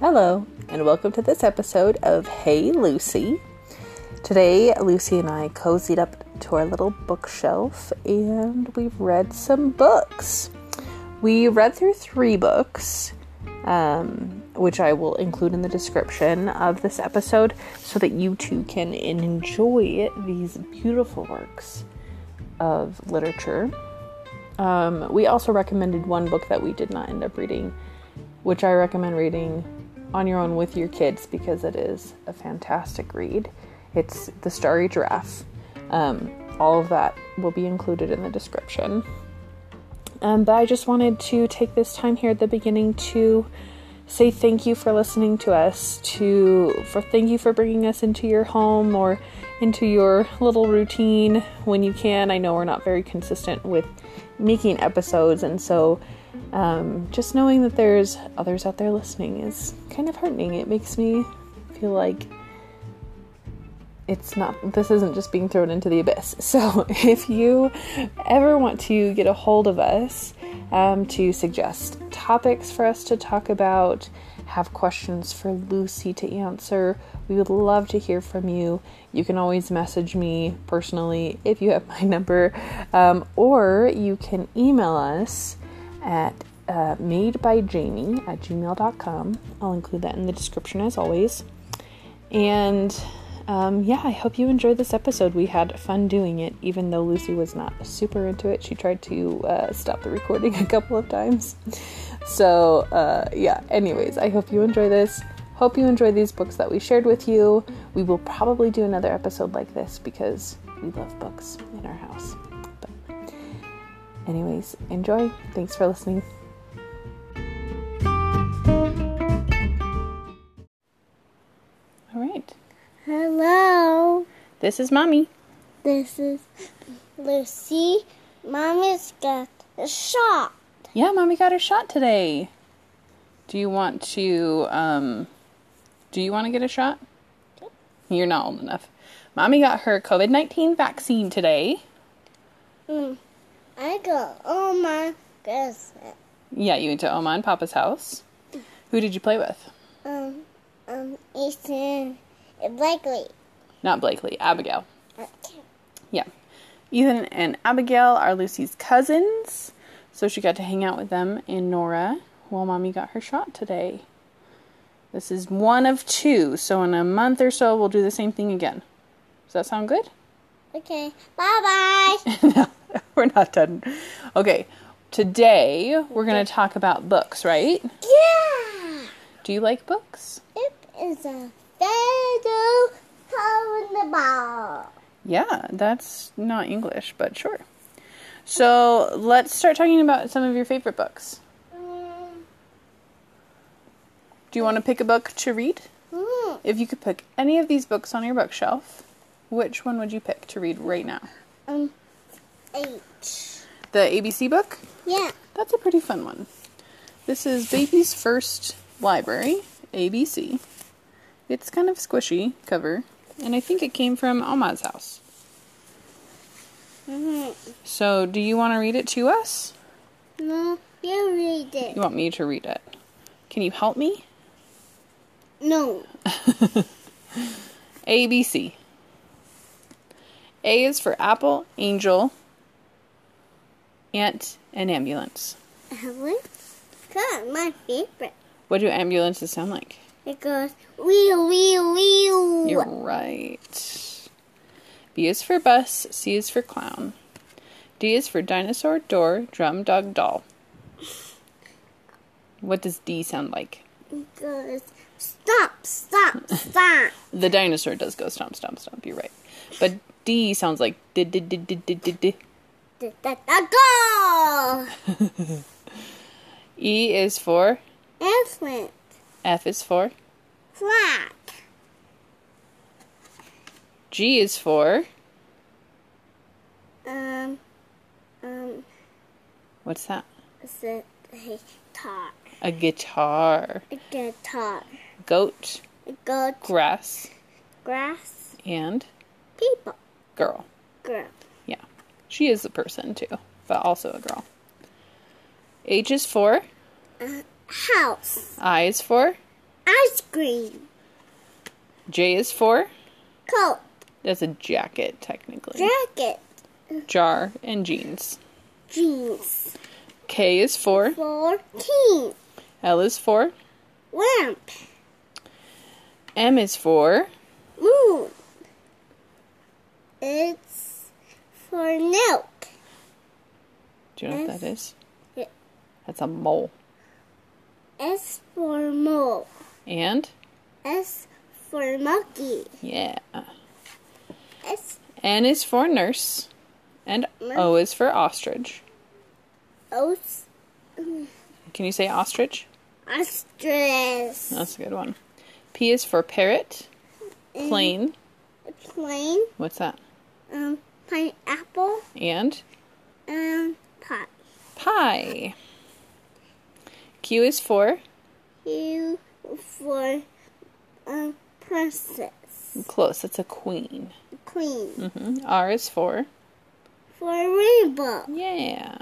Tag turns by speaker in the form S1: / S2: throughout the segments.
S1: Hello, and welcome to this episode of Hey Lucy. Today, Lucy and I cozied up to our little bookshelf and we've read some books. We read through three books, um, which I will include in the description of this episode so that you too can enjoy these beautiful works of literature. Um, we also recommended one book that we did not end up reading, which I recommend reading on your own with your kids because it is a fantastic read. It's The Starry Giraffe. Um, all of that will be included in the description. Um, but I just wanted to take this time here at the beginning to say thank you for listening to us, to for thank you for bringing us into your home or into your little routine when you can. I know we're not very consistent with making episodes, and so um, just knowing that there's others out there listening is kind of heartening. It makes me feel like it's not this isn't just being thrown into the abyss so if you ever want to get a hold of us um, to suggest topics for us to talk about have questions for lucy to answer we would love to hear from you you can always message me personally if you have my number um, or you can email us at uh, madebyjamie at gmail.com i'll include that in the description as always and um, yeah, I hope you enjoyed this episode. We had fun doing it, even though Lucy was not super into it. She tried to uh, stop the recording a couple of times. So, uh, yeah, anyways, I hope you enjoy this. Hope you enjoy these books that we shared with you. We will probably do another episode like this because we love books in our house. But, anyways, enjoy. Thanks for listening. All right.
S2: Hello,
S1: This is Mommy.
S2: this is Lucy. Mommy's got a shot.
S1: Yeah, mommy got her shot today. Do you want to um do you want to get a shot? You're not old enough. Mommy got her COVID-19 vaccine today.
S2: Mm. I got all my presents.
S1: Yeah, you went to Oma and Papa's house. Who did you play with?
S2: Um, um, Ethan, and likely.
S1: Not Blakely, Abigail.
S2: Okay.
S1: Yeah. Ethan and Abigail are Lucy's cousins, so she got to hang out with them and Nora while mommy got her shot today. This is one of two, so in a month or so we'll do the same thing again. Does that sound good?
S2: Okay. Bye bye.
S1: no, we're not done. Okay, today we're going to talk about books, right?
S2: yeah.
S1: Do you like books?
S2: It is a fairy tale in the ball.
S1: Yeah, that's not English, but sure. So let's start talking about some of your favorite books.
S2: Mm.
S1: Do you want to pick a book to read?
S2: Mm.
S1: If you could pick any of these books on your bookshelf, which one would you pick to read right now?
S2: Um, eight.
S1: The ABC book?
S2: Yeah.
S1: That's a pretty fun one. This is Baby's First Library, ABC. It's kind of squishy cover, and I think it came from Alma's house.
S2: Mm.
S1: So, do you want to read it to us?
S2: No, you read it.
S1: You want me to read it? Can you help me?
S2: No.
S1: ABC. A is for apple, angel, ant, and ambulance.
S2: Helen? That's my favorite.
S1: What do ambulances sound like?
S2: It goes wee wee wee.
S1: You're right. B is for bus, C is for clown. D is for dinosaur, door, drum, dog, doll. What does D sound like?
S2: It goes stop, stop, stop.
S1: The dinosaur does go stomp, stomp, stomp. You're right. But D sounds like did, did, did, did, did, did, did.
S2: da, da, da, go!
S1: E is for,
S2: Elephant,
S1: F is for,
S2: flag,
S1: G is for,
S2: um, um,
S1: what's that?
S2: it's a guitar,
S1: A guitar.
S2: a guitar,
S1: Goat,
S2: it goes
S1: grass,
S2: grass,
S1: and
S2: people,
S1: girl.
S2: girl,
S1: Yeah. She is a person too, but also a girl. H is for,
S2: house,
S1: I is for,
S2: ice cream.
S1: J is for.
S2: Coat.
S1: That's a jacket, technically.
S2: Jacket.
S1: Jar and jeans.
S2: Jeans.
S1: K is for.
S2: For king.
S1: L is for.
S2: Lamp.
S1: M is for.
S2: Moon. It's for milk.
S1: Do you know what that is?
S2: Yeah.
S1: That's a mole.
S2: S for mole.
S1: And
S2: S for monkey.
S1: yeah.
S2: S
S1: N is for nurse. And O is for ostrich.
S2: O
S1: Can you say ostrich?
S2: ostrich.
S1: That's a good one. P is for parrot. Plane.
S2: Plain
S1: What's that?
S2: um pineapple um,
S1: And
S2: and pie.
S1: pie. Q is for
S2: You for um princess
S1: close. That's a queen.
S2: queen
S1: hmm R is for
S2: for rainbow
S1: yeah.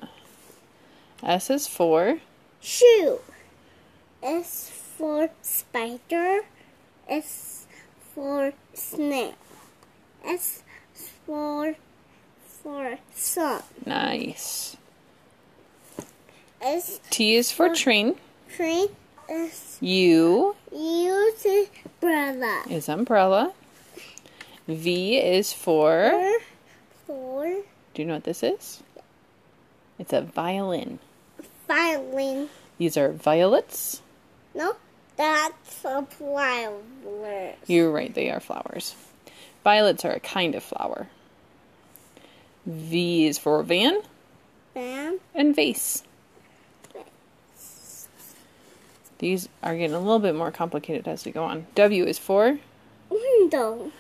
S1: S is for
S2: shoe. S for spider. S for snail. S for for sun.
S1: nice.
S2: S
S1: T is for train.
S2: train. S
S1: U
S2: U to brother.
S1: is umbrella. V is for.
S2: R for
S1: Do you know what this is? It's a violin.
S2: violin.
S1: These are violets.
S2: No, that's a flower.
S1: You're right, they are flowers. Violets are a kind of flower. V is for van
S2: Bam.
S1: and vase. These are getting a little bit more complicated as we go on. W is for,
S2: Window.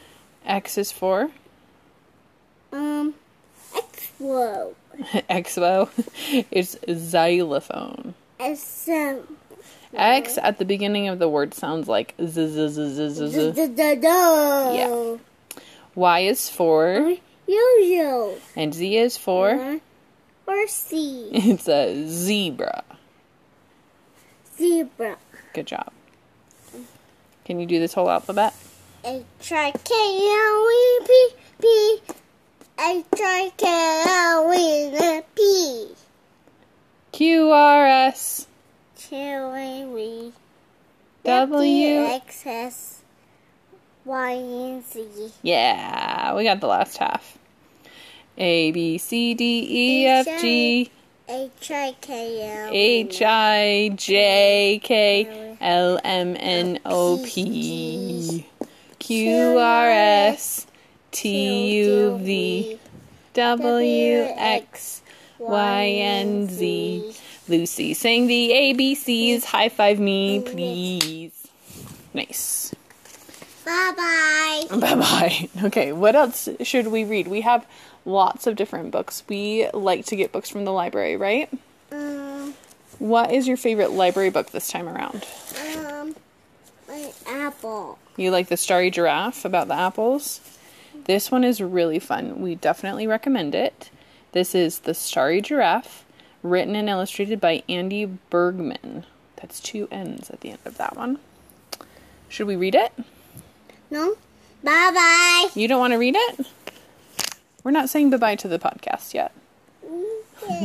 S1: X is for,
S2: Um. Explode.
S1: Expo is xylophone.
S2: SM.
S1: X at the beginning of the word sounds like z z z z z z.
S2: Yeah.
S1: Y is for,
S2: Yo-yo.
S1: and Z is for.
S2: Uh, Horsey.
S1: It's a zebra.
S2: Zebra.
S1: Good job. Can you do this whole alphabet?
S2: H-I-K-L-E-P. E P. E H-I-K-L-E-P.
S1: Q R S
S2: Chili.
S1: W.
S2: X-S. Y and Z.
S1: Yeah, we got the last half. A B C D E F G
S2: H-I-K-L.
S1: H I J K L M N O P Q R S T U V W X Y and Z. Lucy, sing the ABCs. High five me, please. Nice.
S2: Bye-bye.
S1: Bye bye. Okay, what else should we read? We have lots of different books. We like to get books from the library, right?
S2: Um,
S1: What is your favorite library book this time around?
S2: um, an apple.
S1: You like The Starry Giraffe about the apples? This one is really fun. We definitely recommend it. This is The Starry Giraffe, written and illustrated by Andy Bergman. That's two N's at the end of that one. Should we read it?
S2: No? Bye-bye.
S1: You don't want to read it? We're not saying bye bye to the podcast yet.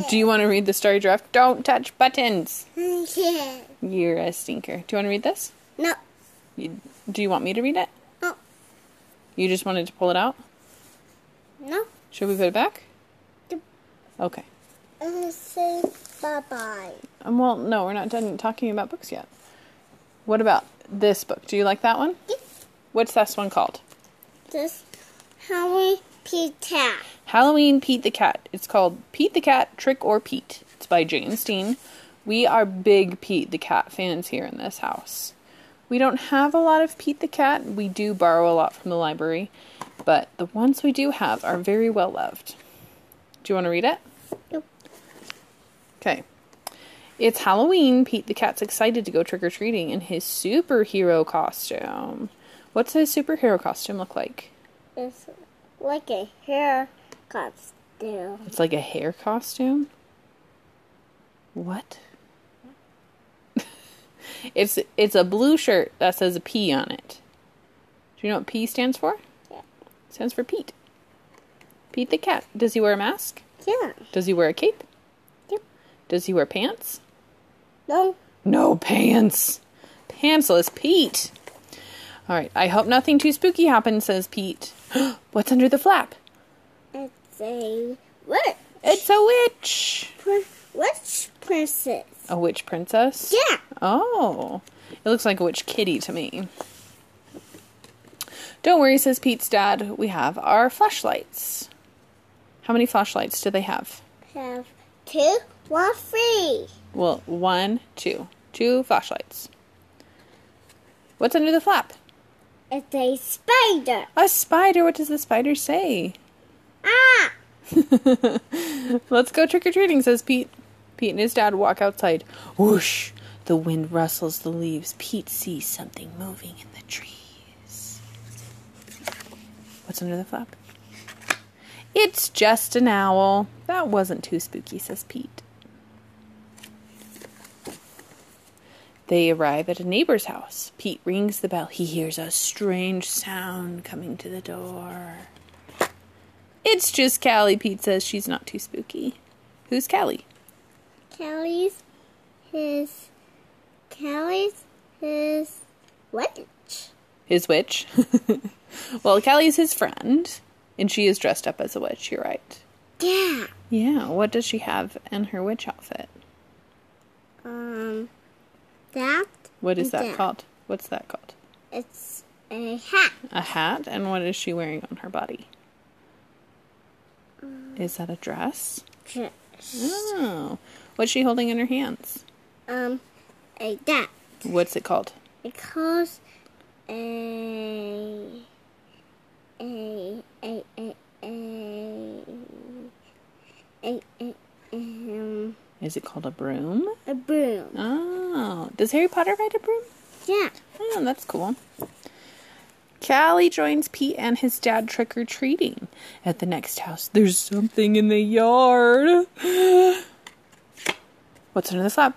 S1: Do you want to read the story draft? Don't touch buttons.
S2: Yeah.
S1: You're a stinker. Do you want to read this?
S2: No. Oh,
S1: You, do you want me to read it?
S2: No.
S1: You just wanted to pull it out?
S2: No.
S1: Should we put it back?
S2: Yep.
S1: Okay.
S2: Uh, say bye bye.
S1: Um, well, no, we're not done talking about books yet. What about this book? Do you like that one?
S2: Yep.
S1: What's this one called?
S2: This Howie Pita.
S1: Halloween Pete the Cat. It's called Pete the Cat Trick or Pete. It's by Jane Steen. We are big Pete the Cat fans here in this house. We don't have a lot of Pete the Cat. We do borrow a lot from the library, but the ones we do have are very well loved. Do you want to read it?
S2: Nope.
S1: Okay. It's Halloween. Pete the Cat's excited to go trick or treating in his superhero costume. What's his superhero costume look like?
S2: It's like a hair costume.
S1: It's like a hair costume? What? It's it's a blue shirt that says a P on it. Do you know what P stands for?
S2: Yeah.
S1: stands for Pete. Pete the cat. Does he wear a mask?
S2: Yeah.
S1: Does he wear a cape?
S2: Yep.
S1: Does he wear pants?
S2: No.
S1: No pants. Pantsless Pete. All right. I hope nothing too spooky happens, says Pete. What's under the flap?
S2: It's a what?
S1: It's a witch.
S2: Pr- Which princess?
S1: A witch princess?
S2: Yeah.
S1: Oh, it looks like a witch kitty to me. Don't worry, says Pete's dad. We have our flashlights. How many flashlights do they have?
S2: Have two, one, three.
S1: Well, one, two, two flashlights. What's under the flap?
S2: It's a spider.
S1: A spider. What does the spider say?
S2: Ah!
S1: Let's go trick or treating, says Pete. Pete and his dad walk outside. Whoosh! The wind rustles the leaves. Pete sees something moving in the trees. What's under the flap? It's just an owl. That wasn't too spooky, says Pete. They arrive at a neighbor's house. Pete rings the bell. He hears a strange sound coming to the door. It's just Callie, Pete says. She's not too spooky. Who's Callie?
S2: Kelly's his. Kelly's his. Witch.
S1: His witch. well, Callie's his friend, and she is dressed up as a witch, you're right.
S2: Yeah.
S1: Yeah, what does she have in her witch outfit?
S2: Um. That.
S1: What is that
S2: Yeah.
S1: called? What's that called?
S2: It's a hat.
S1: A hat, and what is she wearing on her body? Is that a dress? Oh. What's she holding in her hands?
S2: Um. A that.
S1: What's it called?
S2: It calls a. A. A. A. A. A. A. Um.
S1: Is it called a broom?
S2: A broom.
S1: Oh. Does Harry Potter ride a broom?
S2: Yeah.
S1: Oh, that's cool. Callie joins Pete and his dad trick or treating at the next house. There's something in the yard. What's under the flap?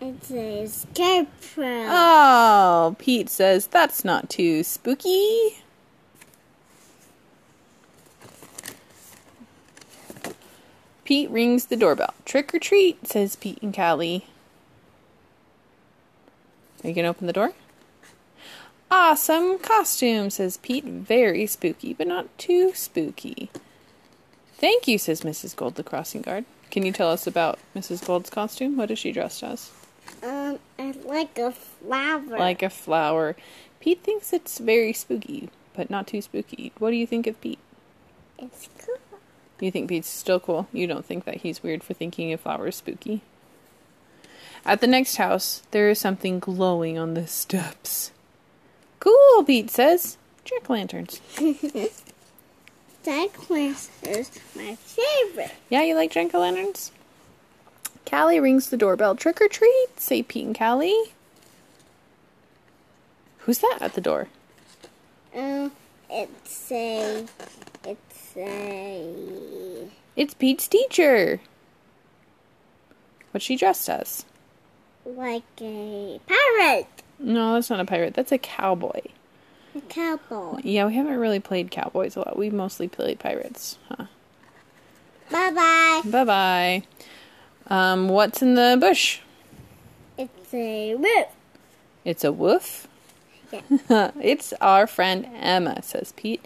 S2: It's a scarecrow.
S1: Oh, Pete says that's not too spooky. Pete rings the doorbell. Trick or treat, says Pete and Callie. Are you going to open the door? Awesome costume, says Pete. Very spooky, but not too spooky. Thank you, says Mrs. Gold, the crossing guard. Can you tell us about Mrs. Gold's costume? What is she dressed as?
S2: Um, I like a flower.
S1: like a flower. Pete thinks it's very spooky, but not too spooky. What do you think of Pete?
S2: it's cool.
S1: You think Pete's still cool? You don't think that he's weird for thinking a flower is spooky? At the next house, there is something glowing on the steps. Cool, Pete says. Jack lanterns.
S2: Cyclist is my favorite.
S1: Yeah, you like jack o' lanterns? Callie rings the doorbell. Trick or treat, say Pete and Callie. Who's that at the door?
S2: Um, it's a, it's a,
S1: It's Pete's teacher. What's she dressed as?
S2: like a pirate,
S1: No, that's not a pirate. That's a cowboy.
S2: a cowboy.
S1: Yeah, we haven't really played cowboys a lot. We mostly played pirates. Huh.
S2: Bye bye.
S1: Bye bye. Um, what's in the bush?
S2: It's a roof.
S1: It's a wolf.
S2: Yeah.
S1: it's our friend Emma, says Pete.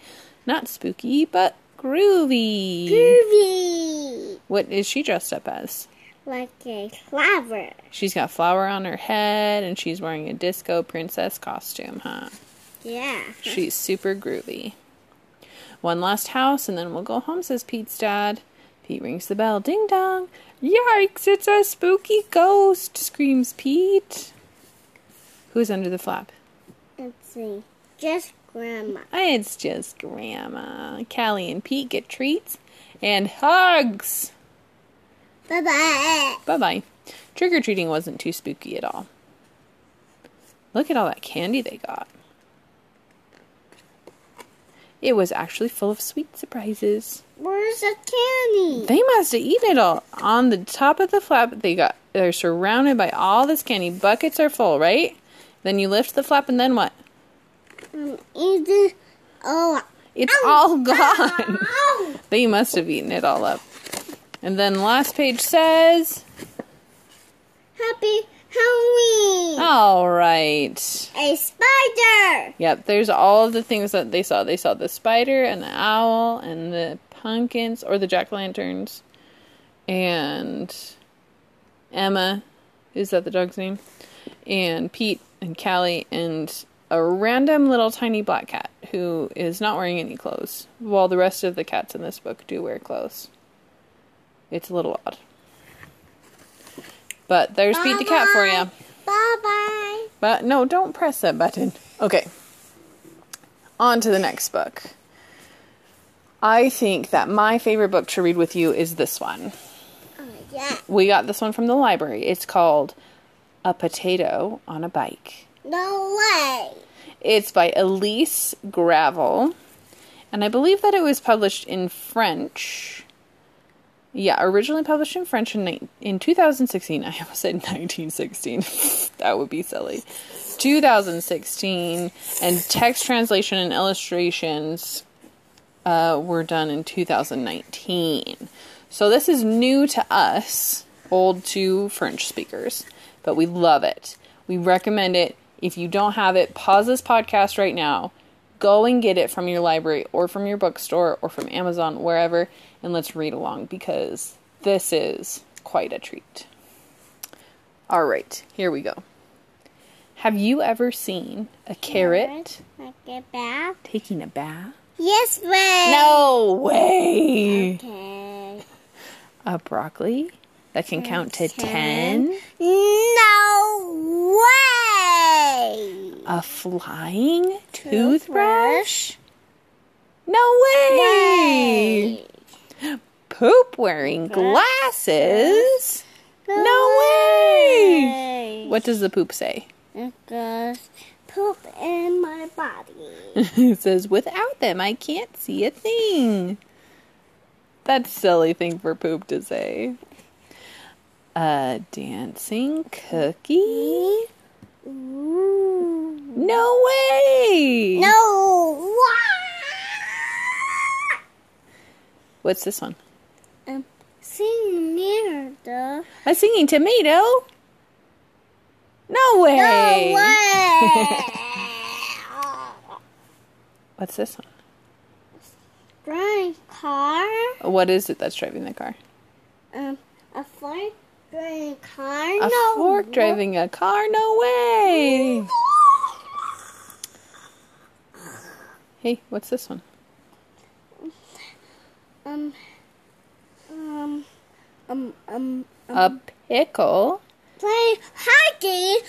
S1: Not spooky, but groovy.
S2: Groovy.
S1: What is she dressed up as?
S2: Like a flower.
S1: She's got flour on her head and she's wearing a disco princess costume, huh?
S2: Yeah.
S1: She's super groovy. One last house and then we'll go home, says Pete's dad. Pete rings the bell. Ding dong. Yikes, it's a spooky ghost, screams Pete. Who's under the flap?
S2: It's a just grandma.
S1: It's just Grandma. Callie and Pete get treats and hugs.
S2: Bye bye.
S1: Bye bye. Trick or treating wasn't too spooky at all. Look at all that candy they got. It was actually full of sweet surprises.
S2: Where's the candy?
S1: They must have eaten it all. On the top of the flap, they got they're surrounded by all this candy. Buckets are full, right? Then you lift the flap, and then what?
S2: I'm eating. Oh,
S1: It's all gone.
S2: ow!
S1: they must have eaten it all up. And then last page says,
S2: Happy Halloween!
S1: "All right."
S2: A spider!
S1: Yep, there's all of the things that they saw. They saw the spider and the owl and the pumpkins or the jack o' lanterns and Emma. Is that the dog's name? And Pete and Callie and a random little tiny black cat who is not wearing any clothes, while the rest of the cats in this book do wear clothes. It's a little odd. But there's Pete the cat for you.
S2: Bye bye.
S1: But no, don't press that button. Okay. On to the next book. I think that my favorite book to read with you is this one.
S2: Oh, yeah.
S1: We got this one from the library. It's called A Potato on a Bike.
S2: No way.
S1: It's by Elise Gravel. And I believe that it was published in French. Yeah, originally published in French in, nine- in 2016. I almost said 1916. that would be silly. 2016. And text translation and illustrations uh, were done in 2019. So this is new to us, old to French speakers, but we love it. We recommend it. If you don't have it, pause this podcast right now. Go and get it from your library or from your bookstore or from Amazon, wherever, and let's read along because this is quite a treat. All right, here we go. Have you ever seen a carrot
S2: Like a bath?
S1: taking a bath?
S2: Yes way.
S1: No way!
S2: Okay.
S1: a broccoli that can count to 10,
S2: No way.
S1: a flying toothbrush. No way!
S2: Yay.
S1: Poop wearing glasses. No way!
S2: Yay.
S1: What does the poop say?
S2: It goes poop in my body.
S1: it says, without them, I can't see a thing. That's a silly thing for poop to say. A dancing cookie? Mm-hmm.
S2: Ooh.
S1: No way!
S2: No
S1: What's this one?
S2: way. Um, sing near the.
S1: A singing tomato? No way.
S2: No way.
S1: What's this one?
S2: Drawing car.
S1: What is it that's driving the car?
S2: Um, a fork driving car.
S1: A
S2: no.
S1: fork driving a car? No way. Hey, what's this one?
S2: Um, um, um, um.
S1: A pickle?
S2: Play hockey.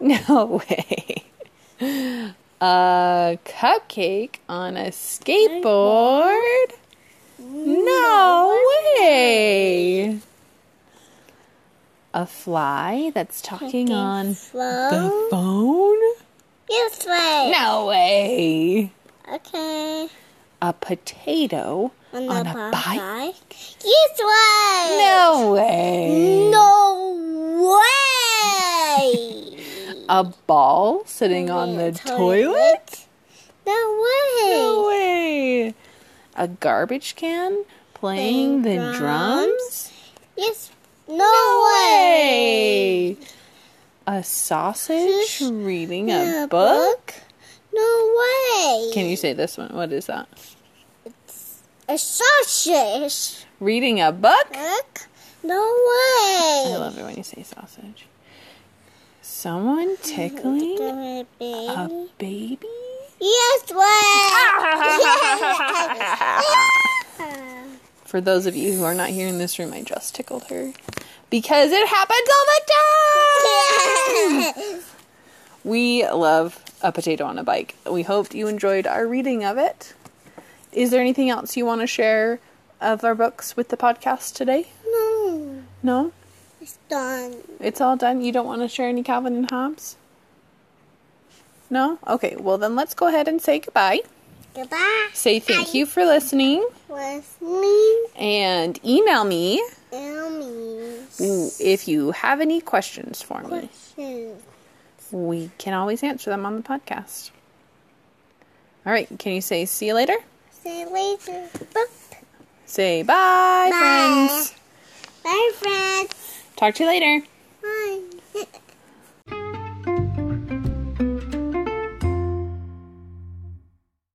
S2: No way.
S1: No way. A cupcake on a skateboard? No way. A fly that's talking on
S2: Slow.
S1: the phone?
S2: Yes way.
S1: No way.
S2: Okay.
S1: A potato
S2: On,
S1: on
S2: the
S1: a
S2: bike.
S1: bike?
S2: Yes way.
S1: No way.
S2: No way.
S1: A ball sitting on the toilet?
S2: No way.
S1: No way. A garbage can playing the
S2: Playing
S1: drums?
S2: Yes. No,
S1: No
S2: way.
S1: way. A sausage
S2: Fish
S1: reading
S2: in
S1: a
S2: a
S1: book?
S2: No way.
S1: Can you say this one? What is that?
S2: a sausage?
S1: Reading a book?
S2: Heck, No way.
S1: I love it when you say sausage. Someone tickling
S2: Gonna be-
S1: a baby?
S2: Yes way.
S1: For those of you who are not here in this room, I just tickled her. Because it happens all the time! We love a potato on a bike. We hoped you enjoyed our reading of it. Is there anything else you want to share of our books with the podcast today?
S2: no,
S1: No?
S2: it's done.
S1: It's all done? You don't want to share any Calvin and Hobbes? No? Okay, well then let's go ahead and say goodbye.
S2: Goodbye.
S1: Say thank you for listening
S2: Listening
S1: and email me
S2: Emmy's
S1: if you have any questions for me.
S2: question.
S1: We can always answer them on the podcast. All right, can you say see you later?
S2: Say later. Boop.
S1: Say bye. friends.
S2: Bye, friends.
S1: Talk to you later.